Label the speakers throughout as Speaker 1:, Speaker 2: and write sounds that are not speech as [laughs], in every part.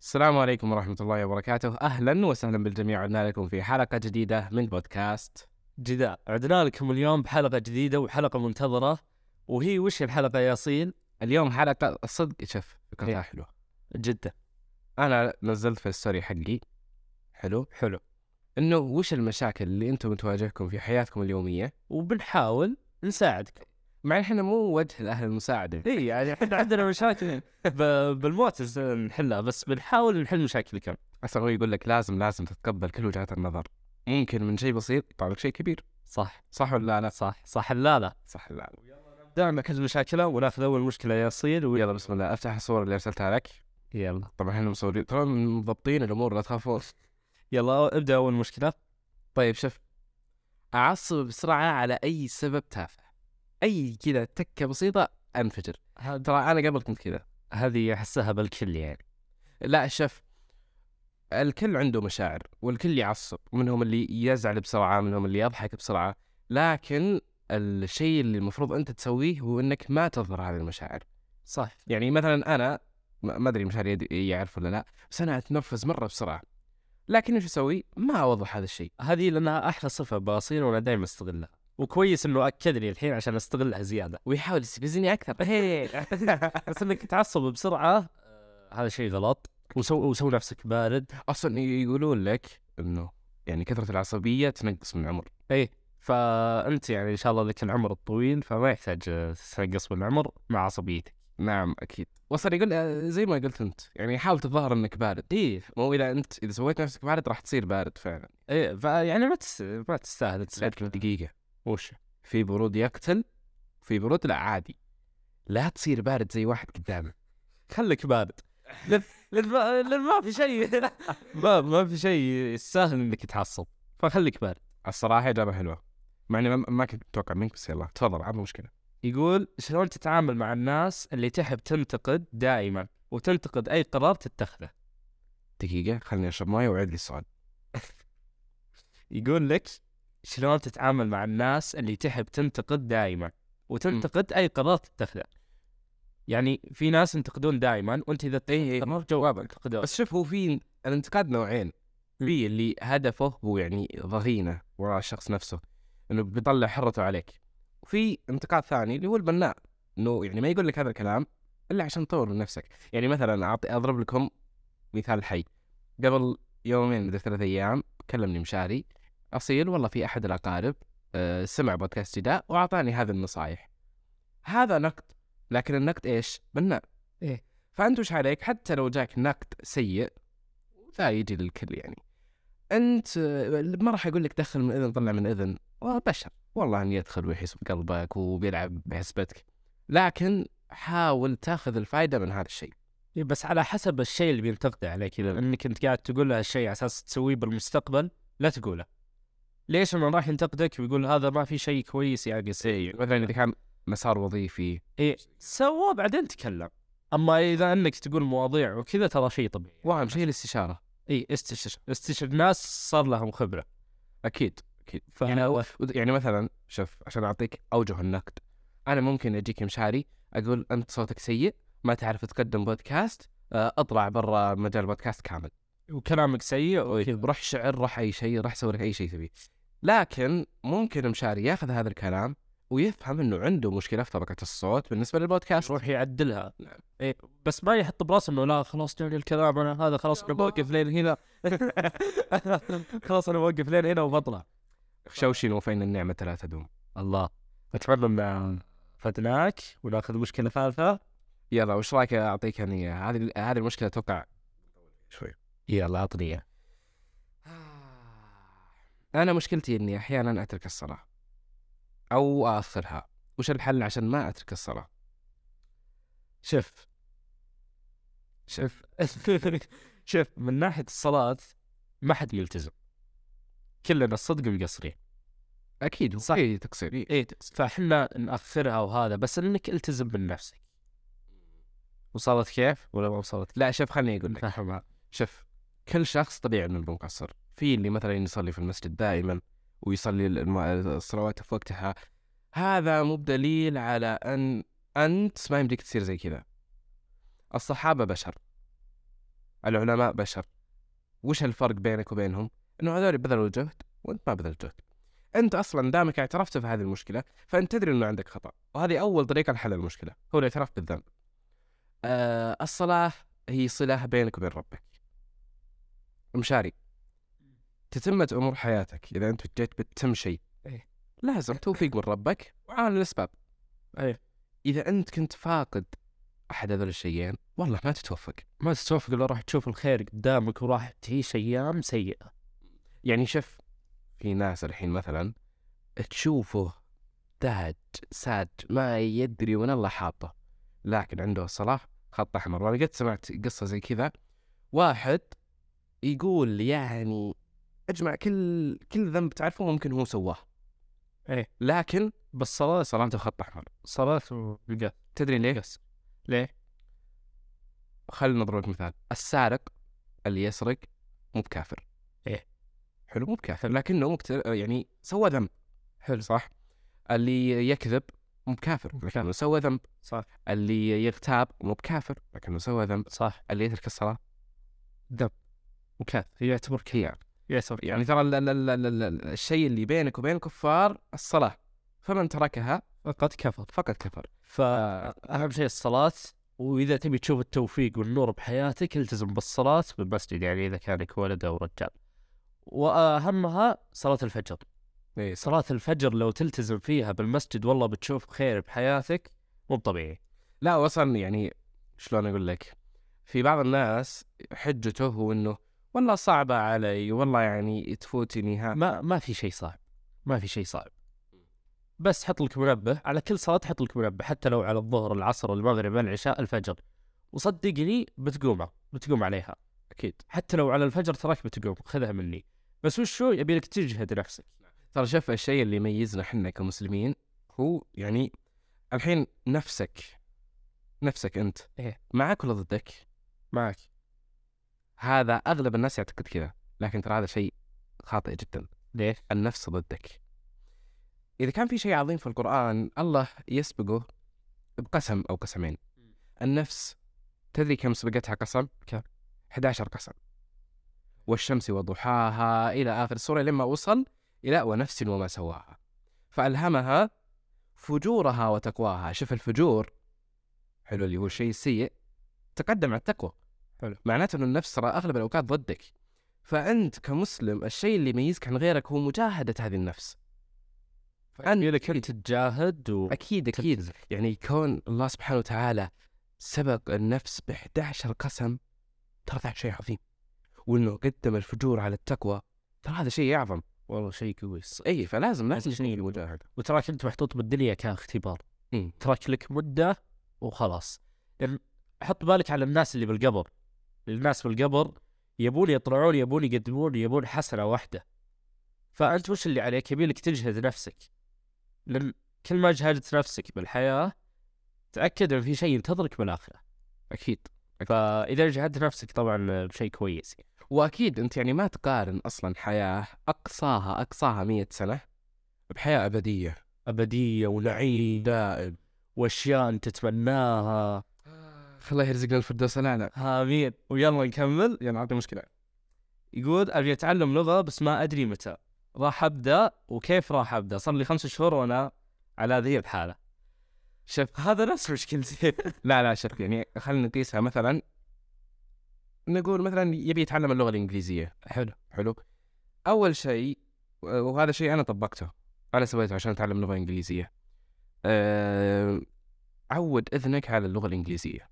Speaker 1: السلام عليكم ورحمة الله وبركاته أهلا وسهلا بالجميع عدنا لكم في حلقة جديدة من بودكاست
Speaker 2: جدا عدنا لكم اليوم بحلقة جديدة وحلقة منتظرة وهي وش الحلقة يا أصيل؟
Speaker 1: اليوم حلقة صدق شف فكرتها
Speaker 2: إيه.
Speaker 1: حلوة
Speaker 2: جدا
Speaker 1: أنا نزلت في الستوري حقي حلو
Speaker 2: حلو
Speaker 1: إنه وش المشاكل اللي أنتم تواجهكم في حياتكم اليومية
Speaker 2: وبنحاول نساعدكم
Speaker 1: مع إن إحنا مو وجه الأهل المساعدة
Speaker 2: اي يعني احنا عندنا مشاكل ب- بالموت نس- نحلها بس بنحاول نحل مشاكلكم
Speaker 1: أصلا هو يقول لك لازم لازم تتقبل كل وجهات النظر ممكن من شيء بسيط يطلع لك شيء كبير
Speaker 2: صح
Speaker 1: صح ولا لا؟
Speaker 2: صح صح لا لا
Speaker 1: صح لا لا.
Speaker 2: دعنا كل مشاكلها وناخذ اول مشكله يا اصيل
Speaker 1: يلا
Speaker 2: ويلا
Speaker 1: بسم الله افتح الصورة اللي أرسلتها لك
Speaker 2: يلا
Speaker 1: طبعا احنا مصورين ترى مضبطين الأمور لا تخافون
Speaker 2: يلا ابدا اول مشكله
Speaker 1: طيب شوف أعصب بسرعة على أي سبب تافه أي كذا تكة بسيطة أنفجر
Speaker 2: هذا-
Speaker 1: ترى أنا قبل كنت كذا
Speaker 2: هذه احسها بالكل يعني
Speaker 1: لا شوف الكل عنده مشاعر والكل يعصب منهم اللي يزعل بسرعة منهم اللي يضحك بسرعة لكن الشيء اللي المفروض أنت تسويه هو أنك ما تظهر هذه المشاعر
Speaker 2: صح
Speaker 1: يعني مثلا أنا ما ما أدري مشاعر يد- يعرف ولا لا بس أنا أتنرفز مرة بسرعة لكن ايش اسوي؟ ما اوضح هذا الشيء،
Speaker 2: هذه لانها احلى صفه باصيل وانا دائما استغلها وكويس انه اكد لي الحين عشان استغلها زياده
Speaker 1: ويحاول يستفزني
Speaker 2: [laughs]
Speaker 1: اكثر.
Speaker 2: بس انك تعصب بسرعه آه، هذا شيء غلط وسو وسو نفسك بارد
Speaker 1: اصلا ي- يقولون لك انه يعني كثره العصبيه تنقص من العمر
Speaker 2: ايه فانت يعني ان شاء الله لك العمر الطويل فما يحتاج آه، تنقص بالعمر مع عصبيتك
Speaker 1: نعم اكيد وصل يقول آه، زي ما قلت انت يعني حاول تظهر انك بارد
Speaker 2: ايه
Speaker 1: مو اذا انت اذا سويت نفسك بارد راح تصير بارد فعلا
Speaker 2: ايه فيعني ما تس... ما تستاهل
Speaker 1: لكن
Speaker 2: تسأل
Speaker 1: دقيقه
Speaker 2: وش
Speaker 1: في برود يقتل في برود لا عادي لا تصير بارد زي واحد قدامك
Speaker 2: خليك بارد لأن- لأن ما- لأن ما في شيء [laughs] ما ما في شيء يستاهل انك تعصب فخليك بارد
Speaker 1: الصراحه اجابه حلوه مع اني ما- ما كنت متوقع منك بس يلا تفضل عاد مو مشكله
Speaker 2: يقول شلون تتعامل مع الناس اللي تحب تنتقد دائما وتنتقد اي قرار تتخذه
Speaker 1: دقيقه خليني اشرب مويه واعيد لي السؤال
Speaker 2: يقول لك شلون تتعامل مع الناس اللي تحب تنتقد دائما وتنتقد اي قرار تتخذه يعني في ناس ينتقدون دائما وانت اذا
Speaker 1: إيه.
Speaker 2: تقرر جوابك ينتقدون
Speaker 1: بس شوف هو في الانتقاد نوعين في اللي هدفه هو يعني ضغينه وراء الشخص نفسه انه بيطلع حرته عليك وفي انتقاد ثاني اللي هو البناء انه يعني ما يقول لك هذا الكلام الا عشان تطور من نفسك يعني مثلا اعطي اضرب لكم مثال حي قبل يومين مدري ثلاث ايام كلمني مشاري اصيل والله في احد الاقارب آه، سمع بودكاست جداء واعطاني هذه النصائح هذا نقد لكن النقد ايش؟ بناء
Speaker 2: إيه.
Speaker 1: فانت وش عليك حتى لو جاك نقد سيء لا يجي للكل يعني انت آه، ما راح اقول لك دخل من اذن طلع من اذن والله بشر والله ان يدخل ويحس بقلبك وبيلعب بحسبتك لكن حاول تاخذ الفائده من هذا الشيء
Speaker 2: إيه، بس على حسب الشيء اللي بينتقده عليك اذا انك انت قاعد تقول له الشيء على اساس تسويه بالمستقبل لا تقوله ليش انه راح ينتقدك ويقول هذا ما في شيء كويس يا قصير
Speaker 1: مثلا اذا كان مسار وظيفي
Speaker 2: ايه سواه بعدين تكلم اما اذا انك تقول مواضيع وكذا ترى شيء طبيعي
Speaker 1: واهم شيء الاستشاره
Speaker 2: اي استشر استشر ناس صار لهم خبره
Speaker 1: اكيد اكيد
Speaker 2: ف...
Speaker 1: يعني وذ- يعني مثلا شوف عشان اعطيك اوجه النقد انا ممكن اجيك مشاري اقول انت صوتك سيء ما تعرف تقدم بودكاست آه، اطلع برا مجال البودكاست كامل
Speaker 2: وكلامك سيء وكذا
Speaker 1: روح شعر روح اي شيء روح سوي لك اي شيء تبيه لكن ممكن مشاري ياخذ هذا الكلام ويفهم انه عنده مشكله في طبقه الصوت بالنسبه للبودكاست
Speaker 2: يروح يعدلها إيه بس ما يحط براسه انه لا خلاص جاني الكلام انا هذا خلاص انا بوقف لين هنا [laughs] خلاص انا بوقف لين هنا وبطلع
Speaker 1: شوشنوا فان النعمه لا تدوم
Speaker 2: الله اتمنى ان فدناك وناخذ مشكله [laughs] ثالثه
Speaker 1: يلا وش رايك اعطيك أنا إياها؟ هذه هذه المشكله اتوقع شوي آه،
Speaker 2: يلا عطني
Speaker 1: أنا مشكلتي إني أحيانا أترك الصلاة أو أأخرها وش الحل عشان ما أترك الصلاة
Speaker 2: شف شف شف من ناحيه الصلاه ما حد ملتزم كلنا الصدق مقصرين
Speaker 1: أكيد هو
Speaker 2: صح.
Speaker 1: في تقصير إيه.
Speaker 2: ايه فاحنا ناخرها وهذا بس انك التزم من نفسك وصلت كيف ولا ما وصلت
Speaker 1: لا شوف خليني أقول لك
Speaker 2: نفهمها
Speaker 1: شوف كل شخص طبيعي إنه يكون مقصر في اللي مثلا يصلي في المسجد دائما ويصلي الم- الصلوات في وقتها هذا مو بدليل على أن أنت ما يمديك تصير زي كذا الصحابة بشر العلماء بشر وش الفرق بينك وبينهم؟ انه هذول بذلوا جهد وانت ما بذلت جهد. انت اصلا دامك اعترفت في هذه المشكله فانت تدري انه عندك خطا، وهذه اول طريقه لحل المشكله، هو الاعتراف بالذنب. آه الصلاه هي صله بينك وبين ربك. مشاري تتمة امور حياتك اذا انت جيت بتتم شيء
Speaker 2: إيه.
Speaker 1: لازم توفيق من ربك وعامل الاسباب.
Speaker 2: إيه.
Speaker 1: اذا انت كنت فاقد احد هذول الشيئين والله ما تتوفق.
Speaker 2: ما تتوفق الا راح تشوف الخير قدامك وراح تعيش ايام سيئه
Speaker 1: يعني شف في ناس الحين مثلا تشوفه دهج ساج ما يدري وين الله حاطه لكن عنده صلاة خط أحمر وأنا قد سمعت قصة زي كذا واحد يقول يعني أجمع كل كل ذنب تعرفه ممكن هو سواه
Speaker 2: إيه.
Speaker 1: لكن
Speaker 2: بس صلاه
Speaker 1: صلاته خط أحمر
Speaker 2: صلاه وبقى
Speaker 1: تدري ليه؟
Speaker 2: ليه؟
Speaker 1: خلينا نضرب لك مثال السارق اللي يسرق مو بكافر
Speaker 2: إيه.
Speaker 1: حلو مو بكافر لكنه مكتر... يعني سوى ذنب
Speaker 2: حلو
Speaker 1: صح اللي يكذب مو بكافر
Speaker 2: مو بكافر.
Speaker 1: لكنه سوى ذنب
Speaker 2: صح
Speaker 1: اللي يغتاب مو بكافر لكنه سوى ذنب
Speaker 2: صح
Speaker 1: اللي يترك الصلاه
Speaker 2: وكاف يعتبر كيان يعتبر
Speaker 1: يعني ترى ال- ال- ال- ال- ال- ال- الشيء اللي بينك وبين الكفار الصلاه فمن تركها
Speaker 2: فقد كفر
Speaker 1: فقد كفر
Speaker 2: فأهم شيء الصلاة وإذا تبي تشوف التوفيق والنور بحياتك التزم بالصلاة بالمسجد يعني إذا كانك ولد أو رجال وأهمها صلاة الفجر
Speaker 1: اي
Speaker 2: صلاة الفجر لو تلتزم فيها بالمسجد والله بتشوف خير بحياتك مو طبيعي
Speaker 1: لا وصل يعني شلون اقول لك في بعض الناس حجته هو انه والله صعبه علي والله يعني تفوتني ها
Speaker 2: ما ما في شيء صعب ما في شيء صعب بس حط لك منبه على كل صلاة حط لك منبه حتى لو على الظهر العصر المغرب العشاء الفجر وصدقني بتقومه بتقوم عليها
Speaker 1: اكيد
Speaker 2: حتى لو على الفجر تراك بتقوم خذها مني بس وش هو يبي لك تجهد نفسك
Speaker 1: ترى شوف الشيء اللي يميزنا احنا كمسلمين هو يعني الحين نفسك نفسك انت
Speaker 2: إيه.
Speaker 1: معك ولا ضدك؟
Speaker 2: معك
Speaker 1: هذا اغلب الناس يعتقد كذا لكن ترى هذا شيء خاطئ جدا
Speaker 2: ليه؟
Speaker 1: النفس ضدك إذا كان في شيء عظيم في القرآن الله يسبقه بقسم أو قسمين النفس تدري كم سبقتها قسم؟
Speaker 2: كم؟
Speaker 1: 11 قسم والشمس وضحاها إلى آخر السورة لما وصل إلى ونفس وما سواها فألهمها فجورها وتقواها شوف الفجور حلو اللي هو الشيء السيء تقدم على التقوى
Speaker 2: حلو.
Speaker 1: معناته أن النفس ترى أغلب الأوقات ضدك فأنت كمسلم الشيء اللي يميزك عن غيرك هو مجاهدة هذه النفس
Speaker 2: أن لك أنت تجاهد و...
Speaker 1: أكيد أكيد يعني كون الله سبحانه وتعالى سبق النفس ب 11 قسم ترى هذا شيء عظيم وانه قدم الفجور على التقوى ترى هذا شيء اعظم
Speaker 2: والله شيء كويس
Speaker 1: اي فلازم
Speaker 2: لازم
Speaker 1: لازم
Speaker 2: شيء.
Speaker 1: المجاهده
Speaker 2: وتراك أنت محطوط بالدنيا كاختبار
Speaker 1: مم.
Speaker 2: تراك لك مدة وخلاص لأن حط بالك على الناس اللي بالقبر الناس بالقبر يبون يطلعون يبون يقدمون يبون حسنة واحدة فأنت وش اللي عليك يبي لك تجهد نفسك لأن كل ما جهدت نفسك بالحياة تأكد أن في شيء ينتظرك بالآخرة
Speaker 1: اكيد
Speaker 2: فاذا جهدت نفسك طبعا بشيء كويس يعني.
Speaker 1: واكيد انت يعني ما تقارن اصلا حياه اقصاها اقصاها 100 سنه بحياه ابديه
Speaker 2: ابديه ونعيم
Speaker 1: دائم
Speaker 2: واشياء انت تتمناها
Speaker 1: آه. الله يرزقنا الفردوس الاعلى
Speaker 2: امين ويلا نكمل
Speaker 1: يعني عندي مشكله
Speaker 2: يقول ابي اتعلم لغه بس ما ادري متى راح ابدا وكيف راح ابدا صار لي خمس شهور وانا على ذي الحاله شوف هذا نفس مشكلتي
Speaker 1: لا لا شوف يعني خلينا نقيسها مثلا نقول مثلا يبي يتعلم اللغه الانجليزيه
Speaker 2: حلو
Speaker 1: حلو اول شيء وهذا شيء انا طبقته انا سويته عشان اتعلم لغه انجليزيه أه... عود اذنك على اللغه الانجليزيه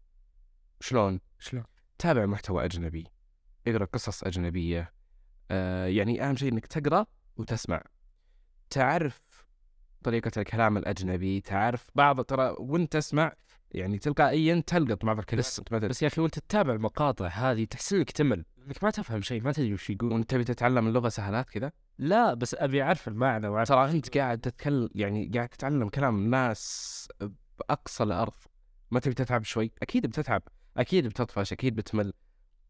Speaker 1: شلون
Speaker 2: شلون
Speaker 1: تابع محتوى اجنبي اقرا قصص اجنبيه أه... يعني اهم شيء انك تقرا وتسمع تعرف طريقة الكلام الأجنبي تعرف بعض ترى وأنت تسمع يعني تلقائيا تلقط بعض الكلمات
Speaker 2: بس-
Speaker 1: أنت ما تدري.
Speaker 2: [laughs] بس يا اخي وانت تتابع المقاطع هذه تحس انك تمل انك ما تفهم شيء ما تدري وش يقول
Speaker 1: وأنت تبي تتعلم اللغة سهلات كذا
Speaker 2: لا بس ابي اعرف المعنى واعرف
Speaker 1: ترى انت قاعد تتكلم يعني قاعد تتعلم كلام ناس باقصى الارض ما تبي تتعب شوي اكيد بتتعب اكيد بتطفش اكيد بتمل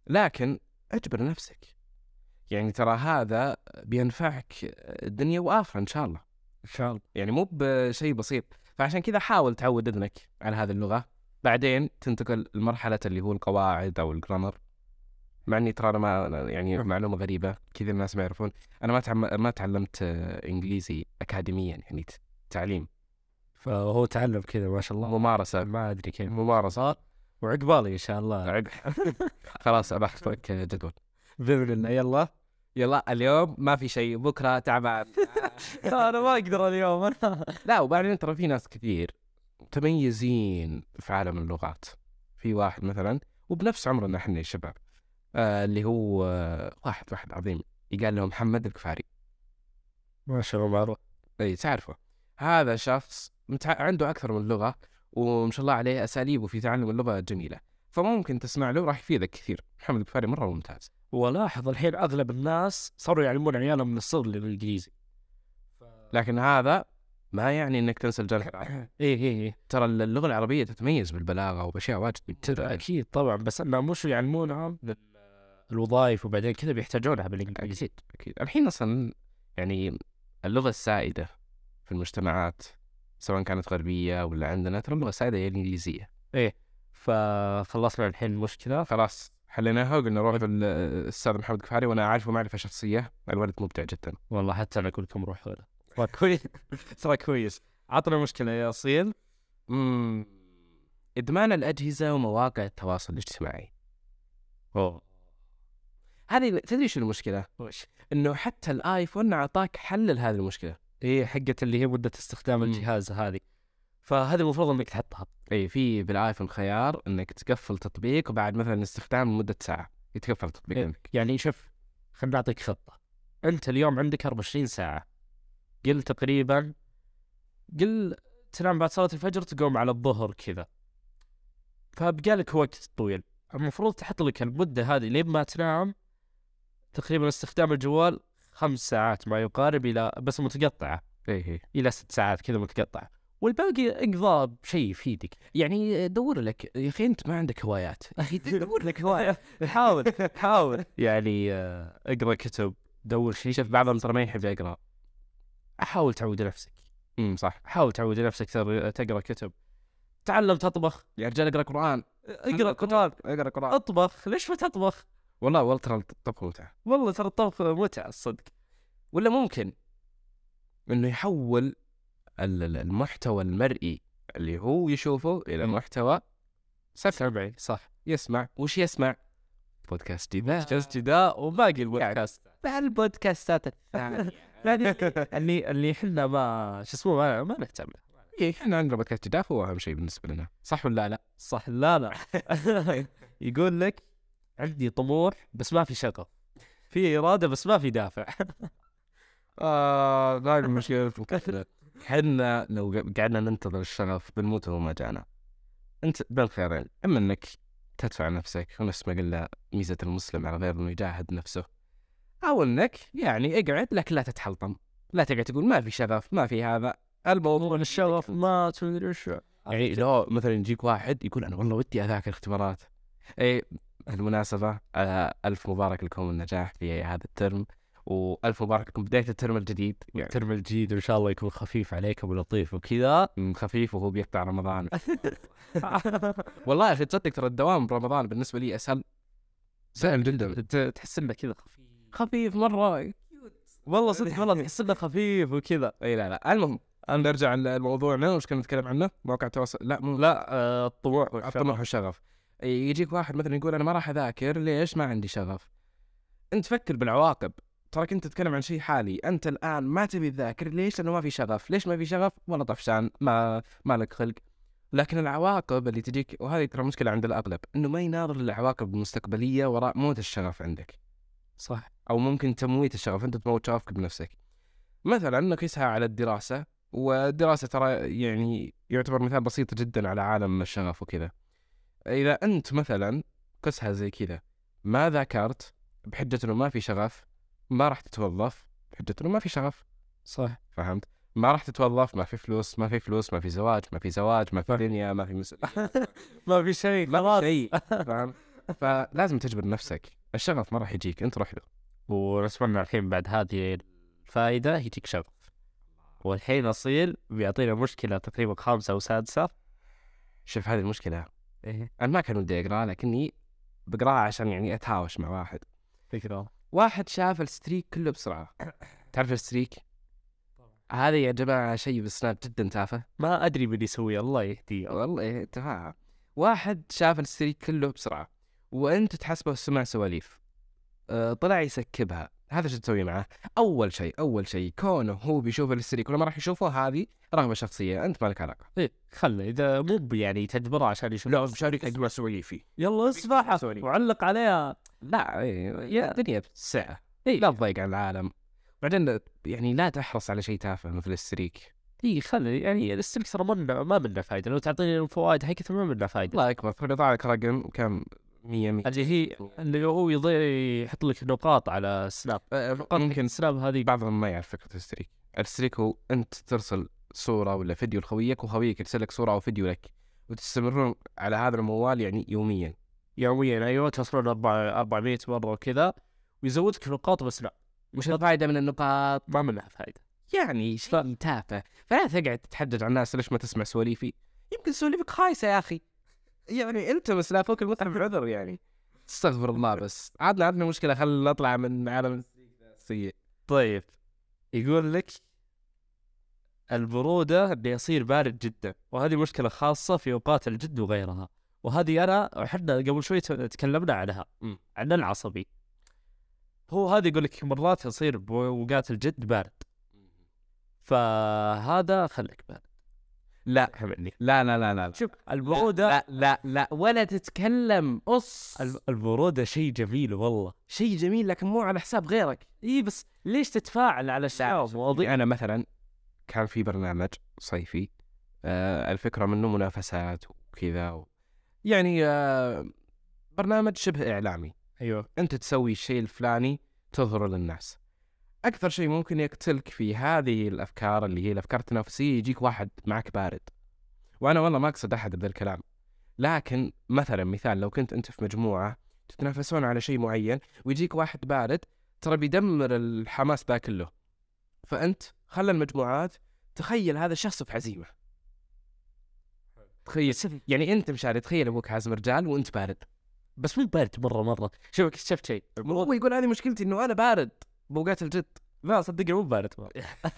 Speaker 1: لكن اجبر نفسك يعني ترى هذا بينفعك دنيا واخره ان شاء الله
Speaker 2: ان شاء الله
Speaker 1: يعني مو بشيء بسيط فعشان كذا حاول تعود اذنك على هذه اللغه بعدين تنتقل لمرحله اللي هو القواعد او الجرامر مع اني ترى انا ما أنا يعني
Speaker 2: نعم.
Speaker 1: معلومه غريبه كثير الناس ما يعرفون انا ما تعم... ما تعلمت آه، انجليزي اكاديميا يعني ت- تعليم
Speaker 2: فهو تعلم كذا ما شاء الله
Speaker 1: ممارسه
Speaker 2: ما ادري كيف
Speaker 1: ممارسه
Speaker 2: صار وعقبالي ان شاء الله
Speaker 1: عقب- خلاص
Speaker 2: نعم.
Speaker 1: ابحث لك جدول
Speaker 2: باذن الله [laughs] يلا
Speaker 1: يلا اليوم ما في شيء بكره تعبان
Speaker 2: انا ما اقدر اليوم انا
Speaker 1: لا وبعدين ترى في ناس كثير متميزين في عالم اللغات في واحد مثلا وبنفس عمرنا احنا يا شباب آه اللي هو آه واحد واحد عظيم يقال له محمد الكفاري
Speaker 2: [laughs] ما شاء الله معروف
Speaker 1: اي تعرفه هذا شخص متع... عنده اكثر من لغه وما شاء الله عليه اساليبه في تعلم اللغه جميله فممكن تسمع له راح يفيدك كثير محمد الكفاري مره ممتاز
Speaker 2: ولاحظ الحين اغلب الناس صاروا يعلمون عيالهم من الصغر للانجليزي
Speaker 1: لكن هذا ما يعني انك تنسى الجانب العربي.
Speaker 2: اي اي اي
Speaker 1: ترى اللغه العربيه تتميز بالبلاغه وباشياء واجد
Speaker 2: ترى اكيد طبعا بس انه مش يعلمونهم الوظائف وبعدين كذا بيحتاجونها بالانجليزي
Speaker 1: اكيد اكيد الحين اصلا يعني اللغه السائده في المجتمعات سواء كانت غربيه ولا عندنا ترى اللغه السائده هي الانجليزيه
Speaker 2: فخلصنا الحين المشكله
Speaker 1: خلاص حليناها وقلنا روح ال- الاستاذ محمد كفاري وانا اعرفه معرفه شخصيه الولد مبدع جدا
Speaker 2: والله حتى انا اقول لكم روحوا له ترى كويس ترى كويس عطنا مشكله يا اصيل
Speaker 1: امم ادمان الاجهزه ومواقع التواصل الاجتماعي
Speaker 2: اوه
Speaker 1: هذه تدري شو المشكله
Speaker 2: وش
Speaker 1: انه حتى الايفون اعطاك حل لهذه المشكله
Speaker 2: هي إيه، حقت اللي هي مده استخدام
Speaker 1: مم.
Speaker 2: الجهاز هذه فهذه المفروض انك تحطها
Speaker 1: اي في بالايفون خيار انك تقفل تطبيق بعد مثلا استخدام لمده ساعه يتقفل التطبيق
Speaker 2: إيه.
Speaker 1: عندك
Speaker 2: يعني شوف خلينا نعطيك خطه انت اليوم عندك 24 ساعه قل تقريبا قل تنام بعد صلاه الفجر تقوم على الظهر كذا فبقالك وقت طويل المفروض تحط لك المده هذه لين ما تنام تقريبا استخدام الجوال خمس ساعات ما يقارب الى بس متقطعه
Speaker 1: اي اي
Speaker 2: الى ست ساعات كذا متقطعه والباقي اقضاء بشيء يفيدك آه،
Speaker 1: يعني دور لك يا اخي انت ما عندك هوايات يا اخي دور لك هوايه
Speaker 2: حاول حاول يعني آه، اقرا كتب دور شيء
Speaker 1: شوف بعضهم ترى ما يحب يقرا
Speaker 2: حاول تعود نفسك
Speaker 1: امم صح
Speaker 2: حاول تعود نفسك تر- تقرا كتب تعلم تطبخ
Speaker 1: يا رجال اقرا قران
Speaker 2: اقرا قران
Speaker 1: اقرا قران
Speaker 2: اطبخ ليش ما تطبخ
Speaker 1: والله والله ترى الطبخ متعه
Speaker 2: والله ترى الطبخ متعه الصدق
Speaker 1: ولا ممكن انه يحول ال- ال- المحتوى المرئي اللي هو يشوفه الى
Speaker 2: مم.
Speaker 1: محتوى سمع
Speaker 2: سامعي صح
Speaker 1: يسمع وش يسمع؟ بودكاست جديد
Speaker 2: جلست جدا
Speaker 1: [laughs]
Speaker 2: وباقي البودكاست
Speaker 1: البودكاستات
Speaker 2: [laughs]
Speaker 1: الثانيه
Speaker 2: اللي اللي احنا ما شو اسمه ما, ما نهتم له.
Speaker 1: إيه، احنا عندنا بودكاست جداف هو اهم شيء بالنسبه لنا صح ولا لا؟
Speaker 2: صح لا [laughs] لا يقول لك عندي طموح بس ما في شغف في اراده بس ما في [laughs] دافع
Speaker 1: آه لا المشكلة [laughs] في الكسلة حنا لو قعدنا ننتظر الشغف بنموت وما جانا أنت بين خيارين إما أنك تدفع نفسك ونفس ما قلنا ميزة المسلم على غير أنه يجاهد نفسه أو أنك يعني اقعد لكن لا تتحلطم لا تقعد تقول ما في شغف ما في هذا الموضوع
Speaker 2: موضوع الشغف ما تدري شو
Speaker 1: يعني لو مثلا يجيك واحد يقول أنا والله ودي أذاكر اختبارات إيه بالمناسبة آه، ألف مبارك لكم النجاح في هذا الترم وألف مبارك لكم بداية الترم الجديد يعني
Speaker 2: الترم الجديد ان شاء الله يكون خفيف عليكم ولطيف وكذا
Speaker 1: مم، خفيف وهو بيقطع رمضان والله يا اخي تصدق ترى الدوام برمضان بالنسبه لي اسهل سهل جدا
Speaker 2: [laughs] ت- تحس انه كذا خفيف
Speaker 1: خفيف مره
Speaker 2: والله صدق والله تحس انه خفيف وكذا
Speaker 1: اي لا لا المهم نرجع لموضوعنا وش كنا نتكلم عنه مواقع التواصل لا مو
Speaker 2: لا آه، الطموح
Speaker 1: الطموح
Speaker 2: والشغف
Speaker 1: والشغف إي، يجيك واحد مثلا يقول انا ما راح اذاكر ليش ما عندي شغف انت فكر بالعواقب تراك انت تتكلم عن شيء حالي انت الان ما تبي تذاكر ليش لانه ما في شغف ليش ما في شغف ولا طفشان ما ما لك خلق لكن العواقب اللي تجيك وهذه ترى مشكله عند الاغلب انه ما يناظر للعواقب المستقبليه وراء موت الشغف عندك
Speaker 2: صح
Speaker 1: او ممكن تمويت الشغف انت تموت شغفك بنفسك مثلا انك يسعى على الدراسه والدراسه ترى يعني يعتبر مثال بسيط جدا على عالم الشغف وكذا اذا انت مثلا قسها زي كذا ما ذاكرت بحجه انه ما في شغف ما راح تتوظف بحجه انه ما في شغف
Speaker 2: صح
Speaker 1: فهمت ما راح تتوظف ما في فلوس ما في فلوس ما في زواج ما في زواج ما في
Speaker 2: فاهم.
Speaker 1: دنيا ما في مسؤوليه
Speaker 2: ما في شيء
Speaker 1: ما
Speaker 2: خلاص
Speaker 1: في شيء فاهم فلازم تجبر نفسك الشغف ما راح يجيك انت روح له
Speaker 2: ونتمنى الحين بعد هذه الفائده يجيك شغف والحين اصيل بيعطينا مشكله تقريبا خامسه او سادسه
Speaker 1: شوف هذه المشكله
Speaker 2: ايه
Speaker 1: انا ما كان ودي اقرا لكني بقراها عشان يعني اتهاوش مع واحد
Speaker 2: فكرة
Speaker 1: واحد شاف الستريك كله بسرعه تعرف الستريك هذا يا جماعه شيء بالسناب جدا تافه
Speaker 2: ما ادري من يسوي الله يهديه
Speaker 1: والله تفاهة واحد شاف الستريك كله بسرعة وانت تحسبه سمع سواليف أه، طلع يسكبها هذا شو تسوي معاه؟ اول شيء اول شيء كونه هو بيشوف الستريك ولا ما راح يشوفه هذه رغبه شخصيه انت مالك علاقه
Speaker 2: ايه خله اذا مو ب- يعني تجبره عشان يشوف
Speaker 1: مشاركة اقول سواليفي
Speaker 2: يلا اسمعها
Speaker 1: سوري.
Speaker 2: وعلق عليها
Speaker 1: لا إيه، يا الدنيا سعه اي لا تضيق على العالم بعدين يعني لا تحرص على شيء تافه مثل الستريك
Speaker 2: اي خله يعني السلك ترى ما ما منه فايده لو تعطيني الفوائد هاي كثر ما منه فايده
Speaker 1: الله اكبر طلع لك رقم كم 100 100
Speaker 2: اللي هي اللي هو يضيع يحط لك نقاط على سناب
Speaker 1: أه، ممكن
Speaker 2: سناب هذه
Speaker 1: بعضهم ما يعرف فكره الستريك الستريك هو انت ترسل صوره ولا فيديو لخويك وخويك يرسل لك صوره او فيديو لك وتستمرون على هذا الموال يعني يوميا
Speaker 2: يوميا ايوه توصلون 400 مره وكذا ويزودك نقاط بس لا
Speaker 1: وش الفائده من النقاط
Speaker 2: ما منها فايده
Speaker 1: يعني شيء تافه فلا تقعد تتحجج على الناس ليش ما تسمع سواليفي يمكن سواليفك خايسه يا اخي يعني انت بس لا فوق المتعه بعذر يعني استغفر الله بس عادنا عندنا مشكله خلنا نطلع من عالم السيء
Speaker 2: طيب يقول لك البرودة انه يصير بارد جدا وهذه مشكلة خاصة في اوقات الجد وغيرها وهذه انا احنا قبل شوي ت- تكلمنا عنها
Speaker 1: مم.
Speaker 2: عن العصبي هو هذا يقول لك مرات يصير بوقات الجد بارد فهذا خليك بارد
Speaker 1: لا
Speaker 2: فهمني
Speaker 1: لا لا لا لا
Speaker 2: شوف البرودة
Speaker 1: لا لا ولا تتكلم قص
Speaker 2: الب- البرودة شيء جميل والله
Speaker 1: شيء جميل لكن مو على حساب غيرك
Speaker 2: اي بس ليش تتفاعل على الشعب
Speaker 1: مواضيع
Speaker 2: مواضيع
Speaker 1: انا مثلا كان في برنامج صيفي آه الفكره منه منافسات وكذا و... يعني آه برنامج شبه اعلامي
Speaker 2: ايوه
Speaker 1: انت تسوي الشيء الفلاني تظهره للناس اكثر شيء ممكن يقتلك في هذه الافكار اللي هي الافكار التنافسيه يجيك واحد معك بارد وانا والله ما اقصد احد بذا الكلام لكن مثلا مثال لو كنت انت في مجموعه تتنافسون على شيء معين ويجيك واحد بارد ترى بيدمر الحماس ذا كله فانت خلى المجموعات تخيل هذا الشخص في عزيمه تخيل يعني انت مشاري تخيل ابوك عازم رجال وانت بارد
Speaker 2: بس مو بارد مرة مرة شوف اكتشفت شيء
Speaker 1: هو يقول هذه مشكلتي انه انا بارد بوقات الجد
Speaker 2: لا صدقني مو بارد [laughs]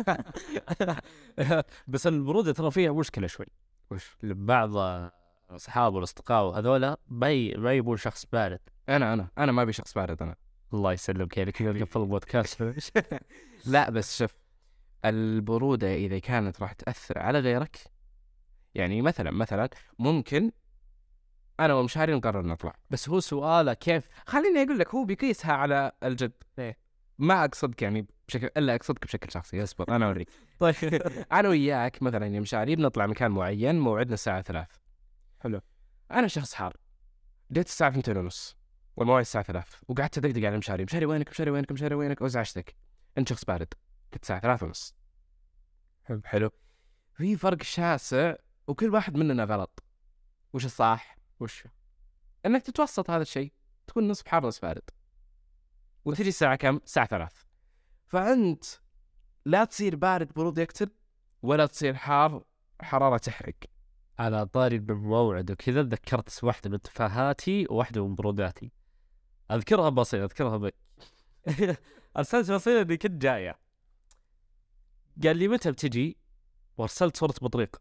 Speaker 2: بس البرودة ترى فيها مشكلة شوي
Speaker 1: وش
Speaker 2: بعض أصحاب والأصدقاء وهذولا ما ي- ما يبون شخص بارد
Speaker 1: انا انا انا ما ابي شخص بارد انا
Speaker 2: الله يسلمك يعني
Speaker 1: [laughs]
Speaker 2: كذا نقفل البودكاست
Speaker 1: لا بس شوف البروده اذا كانت راح تاثر على غيرك يعني مثلا مثلا ممكن انا ومشاري نقرر نطلع
Speaker 2: بس هو سؤاله كيف
Speaker 1: خليني اقول لك هو بيقيسها على الجد
Speaker 2: إيه.
Speaker 1: ما اقصدك يعني بشكل الا اقصدك بشكل شخصي اصبر انا اوريك
Speaker 2: [laughs]
Speaker 1: [laughs]
Speaker 2: طيب
Speaker 1: انا وياك مثلا يا مشاري بنطلع مكان معين موعدنا الساعه 3
Speaker 2: حلو.
Speaker 1: انا شخص حار جيت الساعه 2 ونص والموعد الساعه 3 وقعدت ادقدق على مشاري مشاري وينك مشاري وينك مشاري وينك وازعجتك انت شخص بارد كنت الساعه 3 ونص حلو حلو في فرق شاسع وكل واحد مننا غلط وش الصح؟
Speaker 2: وش
Speaker 1: انك تتوسط هذا الشيء تكون نصف حار نصف بارد وتجي الساعه كم؟ الساعه ثلاث فانت لا تصير بارد برود يقتل ولا تصير حار حراره [laughs] تحرق
Speaker 2: على طاري بالموعد وكذا تذكرت واحدة من تفاهاتي وواحدة من بروداتي أذكرها بسيطة أذكرها ب... [laughs] أرسلت بسيطة إني كنت جاية قال لي متى بتجي؟ وأرسلت صورة بطريق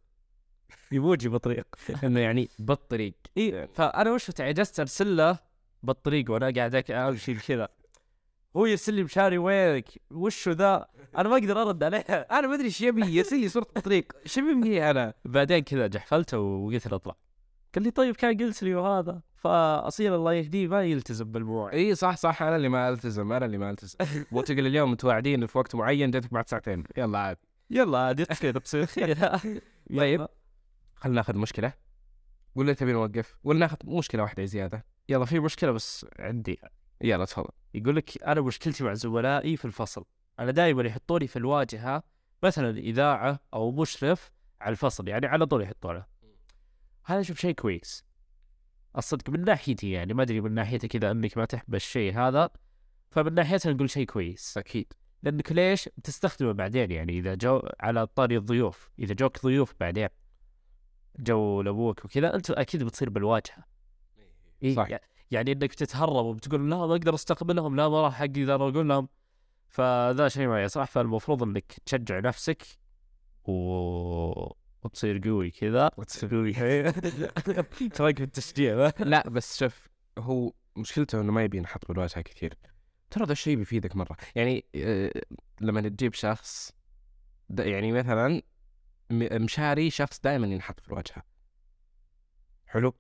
Speaker 2: يموجي بطريق
Speaker 1: انه يعني بالطريق
Speaker 2: إي فأنا وش تعجزت أرسل له بالطريق وأنا قاعد أك- أمشي كذا هو يرسل لي مشاري وينك؟ وشو ذا؟ أنا ما أقدر أرد عليه
Speaker 1: انا ما ادري ايش يبي يرسل لي صوره الطريق ايش يبي مني انا؟
Speaker 2: بعدين كذا جحفلته وقلت له اطلع قال لي طيب كان قلت لي وهذا فاصيل الله يهديه ما يلتزم بالموعد [laughs]
Speaker 1: اي صح صح انا اللي ما التزم انا اللي ما التزم وتقول اليوم متواعدين في وقت معين جيتك بعد ساعتين يلا عاد
Speaker 2: يلا عاد يتصير بصير [laughs] خير
Speaker 1: طيب. خلينا ناخذ مشكله ولا تبي نوقف ولا ناخذ مشكله واحده زياده
Speaker 2: يلا في مشكله بس عندي
Speaker 1: يلا تفضل
Speaker 2: يقول لك انا مشكلتي مع زملائي في الفصل انا دائما يحطوني في الواجهه مثلا اذاعه او مشرف على الفصل يعني على طول يحطونه هذا اشوف شيء كويس الصدق من ناحيتي يعني ما ادري من ناحيتك اذا انك ما تحب الشيء هذا فمن ناحيتنا نقول شيء كويس
Speaker 1: اكيد
Speaker 2: لانك ليش بتستخدمه بعدين يعني اذا جو على طاري الضيوف اذا جوك ضيوف بعدين جو لابوك وكذا انت اكيد بتصير بالواجهه إيه
Speaker 1: صح.
Speaker 2: يع- يعني انك تتهرب وبتقول لا ما اقدر استقبلهم لا ما راح حقي اقدر اقول لهم فذا شيء ما يصح فالمفروض انك تشجع نفسك و... وتصير قوي كذا [laughs]
Speaker 1: وتسوي
Speaker 2: تراك في التشجيع
Speaker 1: لا بس شوف هو مشكلته انه ما يبي ينحط بالواجهه كثير ترى ذا الشيء بيفيدك مره يعني آه، لما تجيب شخص د- يعني مثلا م- مشاري شخص دائما ينحط في الواجهه حلو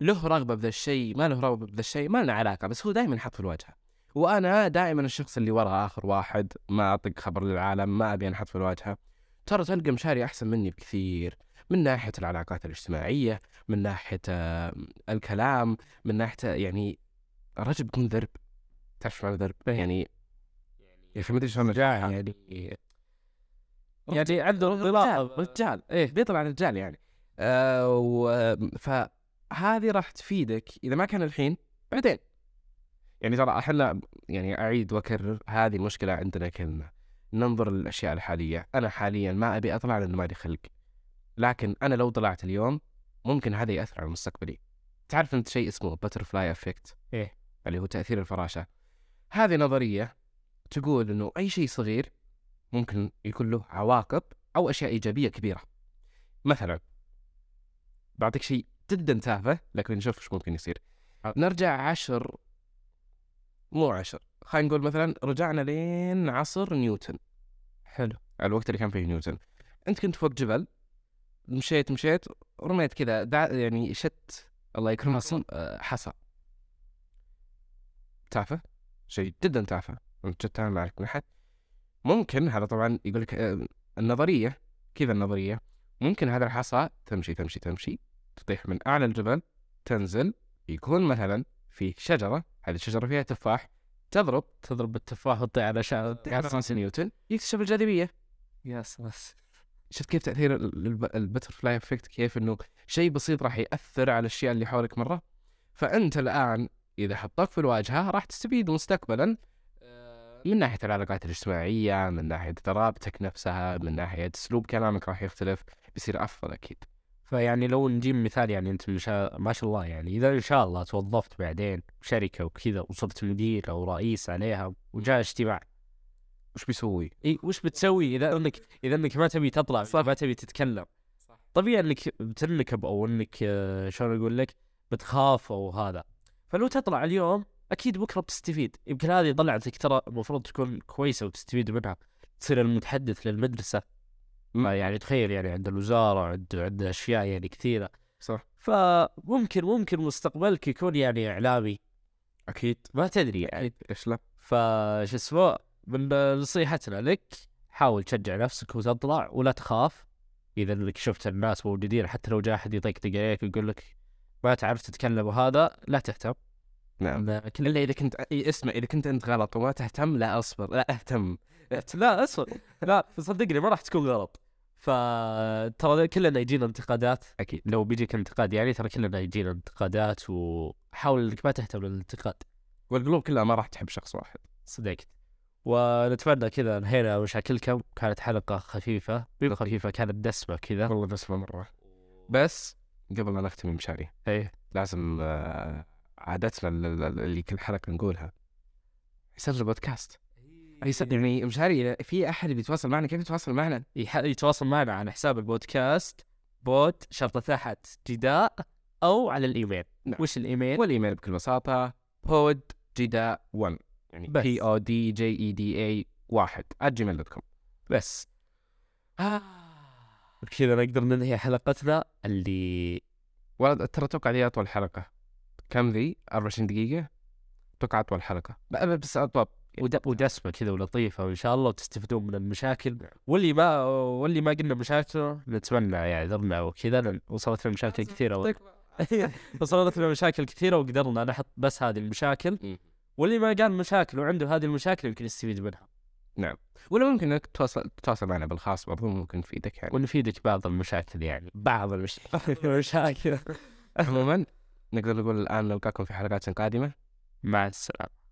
Speaker 1: له رغبه بذا الشيء ما له رغبه بذا الشيء ما لنا علاقه بس هو دائما ينحط في الواجهه وانا دائما الشخص اللي ورا اخر واحد ما اطق خبر للعالم ما ابي انحط في الواجهه ترى تلقى مشاري احسن مني بكثير من ناحيه العلاقات الاجتماعيه من ناحيه آه، الكلام من ناحيه يعني الرجل بيكون ذرب تعرف معنى ذرب يعني
Speaker 2: إيه،
Speaker 1: يا اخي ما ادري شلون
Speaker 2: جاعة.
Speaker 1: يعني
Speaker 2: يعني عنده
Speaker 1: رجال
Speaker 2: انطلاقه
Speaker 1: رجال ايه بيطلع عن رجال يعني آه و... فهذه راح تفيدك اذا ما كان الحين بعدين يعني ترى احنا يعني اعيد واكرر هذه مشكله عندنا كلنا ننظر للاشياء الحاليه انا حاليا ما ابي اطلع لانه مالي خلق لكن انا لو طلعت اليوم ممكن هذا ياثر على مستقبلي تعرف انت شيء اسمه باترفلاي افكت
Speaker 2: إيه.
Speaker 1: اللي هو تاثير الفراشه هذه نظريه تقول انه اي شيء صغير ممكن يكون له عواقب او اشياء ايجابيه كبيره مثلا بعطيك شيء جدا تافه لكن نشوف ايش ممكن يصير نرجع عشر مو عشر خلينا نقول مثلا رجعنا لين عصر نيوتن
Speaker 2: حلو
Speaker 1: الوقت اللي كان فيه نيوتن انت كنت فوق جبل مشيت مشيت رميت كذا دع- يعني شت الله يكرمك
Speaker 2: حصى.
Speaker 1: آه، حصى تافه شيء جدا تافه انت شتها ما عليك من احد ممكن هذا طبعا يقول لك آه، النظريه كذا النظريه ممكن هذا الحصى تمشي تمشي تمشي تطيح من اعلى الجبل تنزل يكون مثلا في شجره هذه الشجره فيها تفاح تضرب
Speaker 2: تضرب بالتفاح وتطيح على شعر
Speaker 1: خمسة نيوتن يكتشف الجاذبيه
Speaker 2: يا ساتر
Speaker 1: شفت كيف تاثير البترفلاي افكت كيف انه شيء بسيط راح ياثر على الاشياء اللي حولك مره فانت الان اذا حطك في الواجهه راح تستفيد مستقبلا آه، من ناحيه العلاقات الاجتماعيه من ناحيه ترابطك نفسها من ناحيه اسلوب كلامك راح يختلف بيصير افضل اكيد
Speaker 2: فيعني لو نجيب مثال يعني انت من شاء... ما شاء الله يعني اذا ان شاء الله توظفت بعدين بشركه وكذا وصرت مدير او رئيس عليها وجاء اجتماع
Speaker 1: وش بيسوي؟
Speaker 2: اي وش بتسوي اذا انك اذا انك ما تبي تطلع ما تبي تتكلم طبيعي انك بتنكب او انك آه، شلون اقول لك بتخاف او هذا فلو تطلع اليوم اكيد بكره بتستفيد يمكن هذه طلعتك ترى المفروض تكون كويسه وتستفيد منها تصير المتحدث للمدرسه
Speaker 1: مم.
Speaker 2: يعني تخيل يعني عند الوزاره عند عند اشياء يعني كثيره
Speaker 1: صح
Speaker 2: فممكن ممكن مستقبلك يكون يعني اعلامي
Speaker 1: اكيد
Speaker 2: ما تدري يعني
Speaker 1: ايش لا؟
Speaker 2: فش اسمه من نصيحتنا لك حاول تشجع نفسك وتطلع ولا تخاف اذا انك شفت الناس موجودين حتى لو جاء احد يطقطق عليك ويقول لك ما تعرف تتكلم وهذا لا تهتم
Speaker 1: نعم
Speaker 2: لكن
Speaker 1: الا اذا كنت إي، إيه، اسمع اذا كنت انت غلط وما تهتم لا اصبر لا اهتم
Speaker 2: لا اصبر لا صدقني ما راح تكون غلط فترى كلنا يجينا انتقادات
Speaker 1: اكيد
Speaker 2: لو بيجيك انتقاد يعني ترى كلنا يجينا انتقادات وحاول انك ما تهتم للانتقاد
Speaker 1: والقلوب كلها ما راح تحب شخص واحد
Speaker 2: صدقت ونتمنى كذا انهينا مشاكلكم كانت حلقة خفيفة مو خفيفة كانت دسمة كذا
Speaker 1: والله بس مره أه. بس إيه. قبل لا نختم مشاري
Speaker 2: ايه
Speaker 1: لازم آه، عادتنا ال- ال- ال- اللي كل حلقه نقولها يسجل بودكاست يسجل يعني مشاري إذا في احد بيتواصل معنا كيف يتواصل معنا؟
Speaker 2: يح- يتواصل معنا عن حساب البودكاست بوت شرطة تحت جداء او على الايميل
Speaker 1: نعم.
Speaker 2: وش الايميل؟
Speaker 1: والايميل بكل بساطه بود جدا 1 يعني
Speaker 2: بس.
Speaker 1: بي او دي جي اي دي اي 1 @gmail.com
Speaker 2: بس
Speaker 1: آه.
Speaker 2: كذا نقدر ننهي حلقتنا اللي
Speaker 1: ولا ترى اتوقع ذي اطول حلقه كم ذي؟ 24 دقيقه؟ اتوقع اطول حلقه ب- ب- بس اطول
Speaker 2: ود- ودسمة كذا ولطيفة وان شاء الله تستفيدون من المشاكل واللي ما واللي ما قلنا مشاكل نتمنى يعذرنا وكذا لأن وصلت لنا مشاكل كثيرة [laughs] إيه، وصلت لنا مشاكل كثيره وقدرنا نحط بس هذه المشاكل
Speaker 1: مم.
Speaker 2: واللي ما قال مشاكل وعنده هذه المشاكل يمكن يستفيد منها
Speaker 1: ولا ممكن انك تتواصل تتواصل معنا بالخاص برضو ممكن نفيدك
Speaker 2: [laughs]
Speaker 1: يعني
Speaker 2: ونفيدك بعض المشاكل يعني بعض المشاكل [laughs] المشاكل
Speaker 1: عموما نقدر نقول الان نلقاكم في حلقات قادمه
Speaker 2: مع السلامه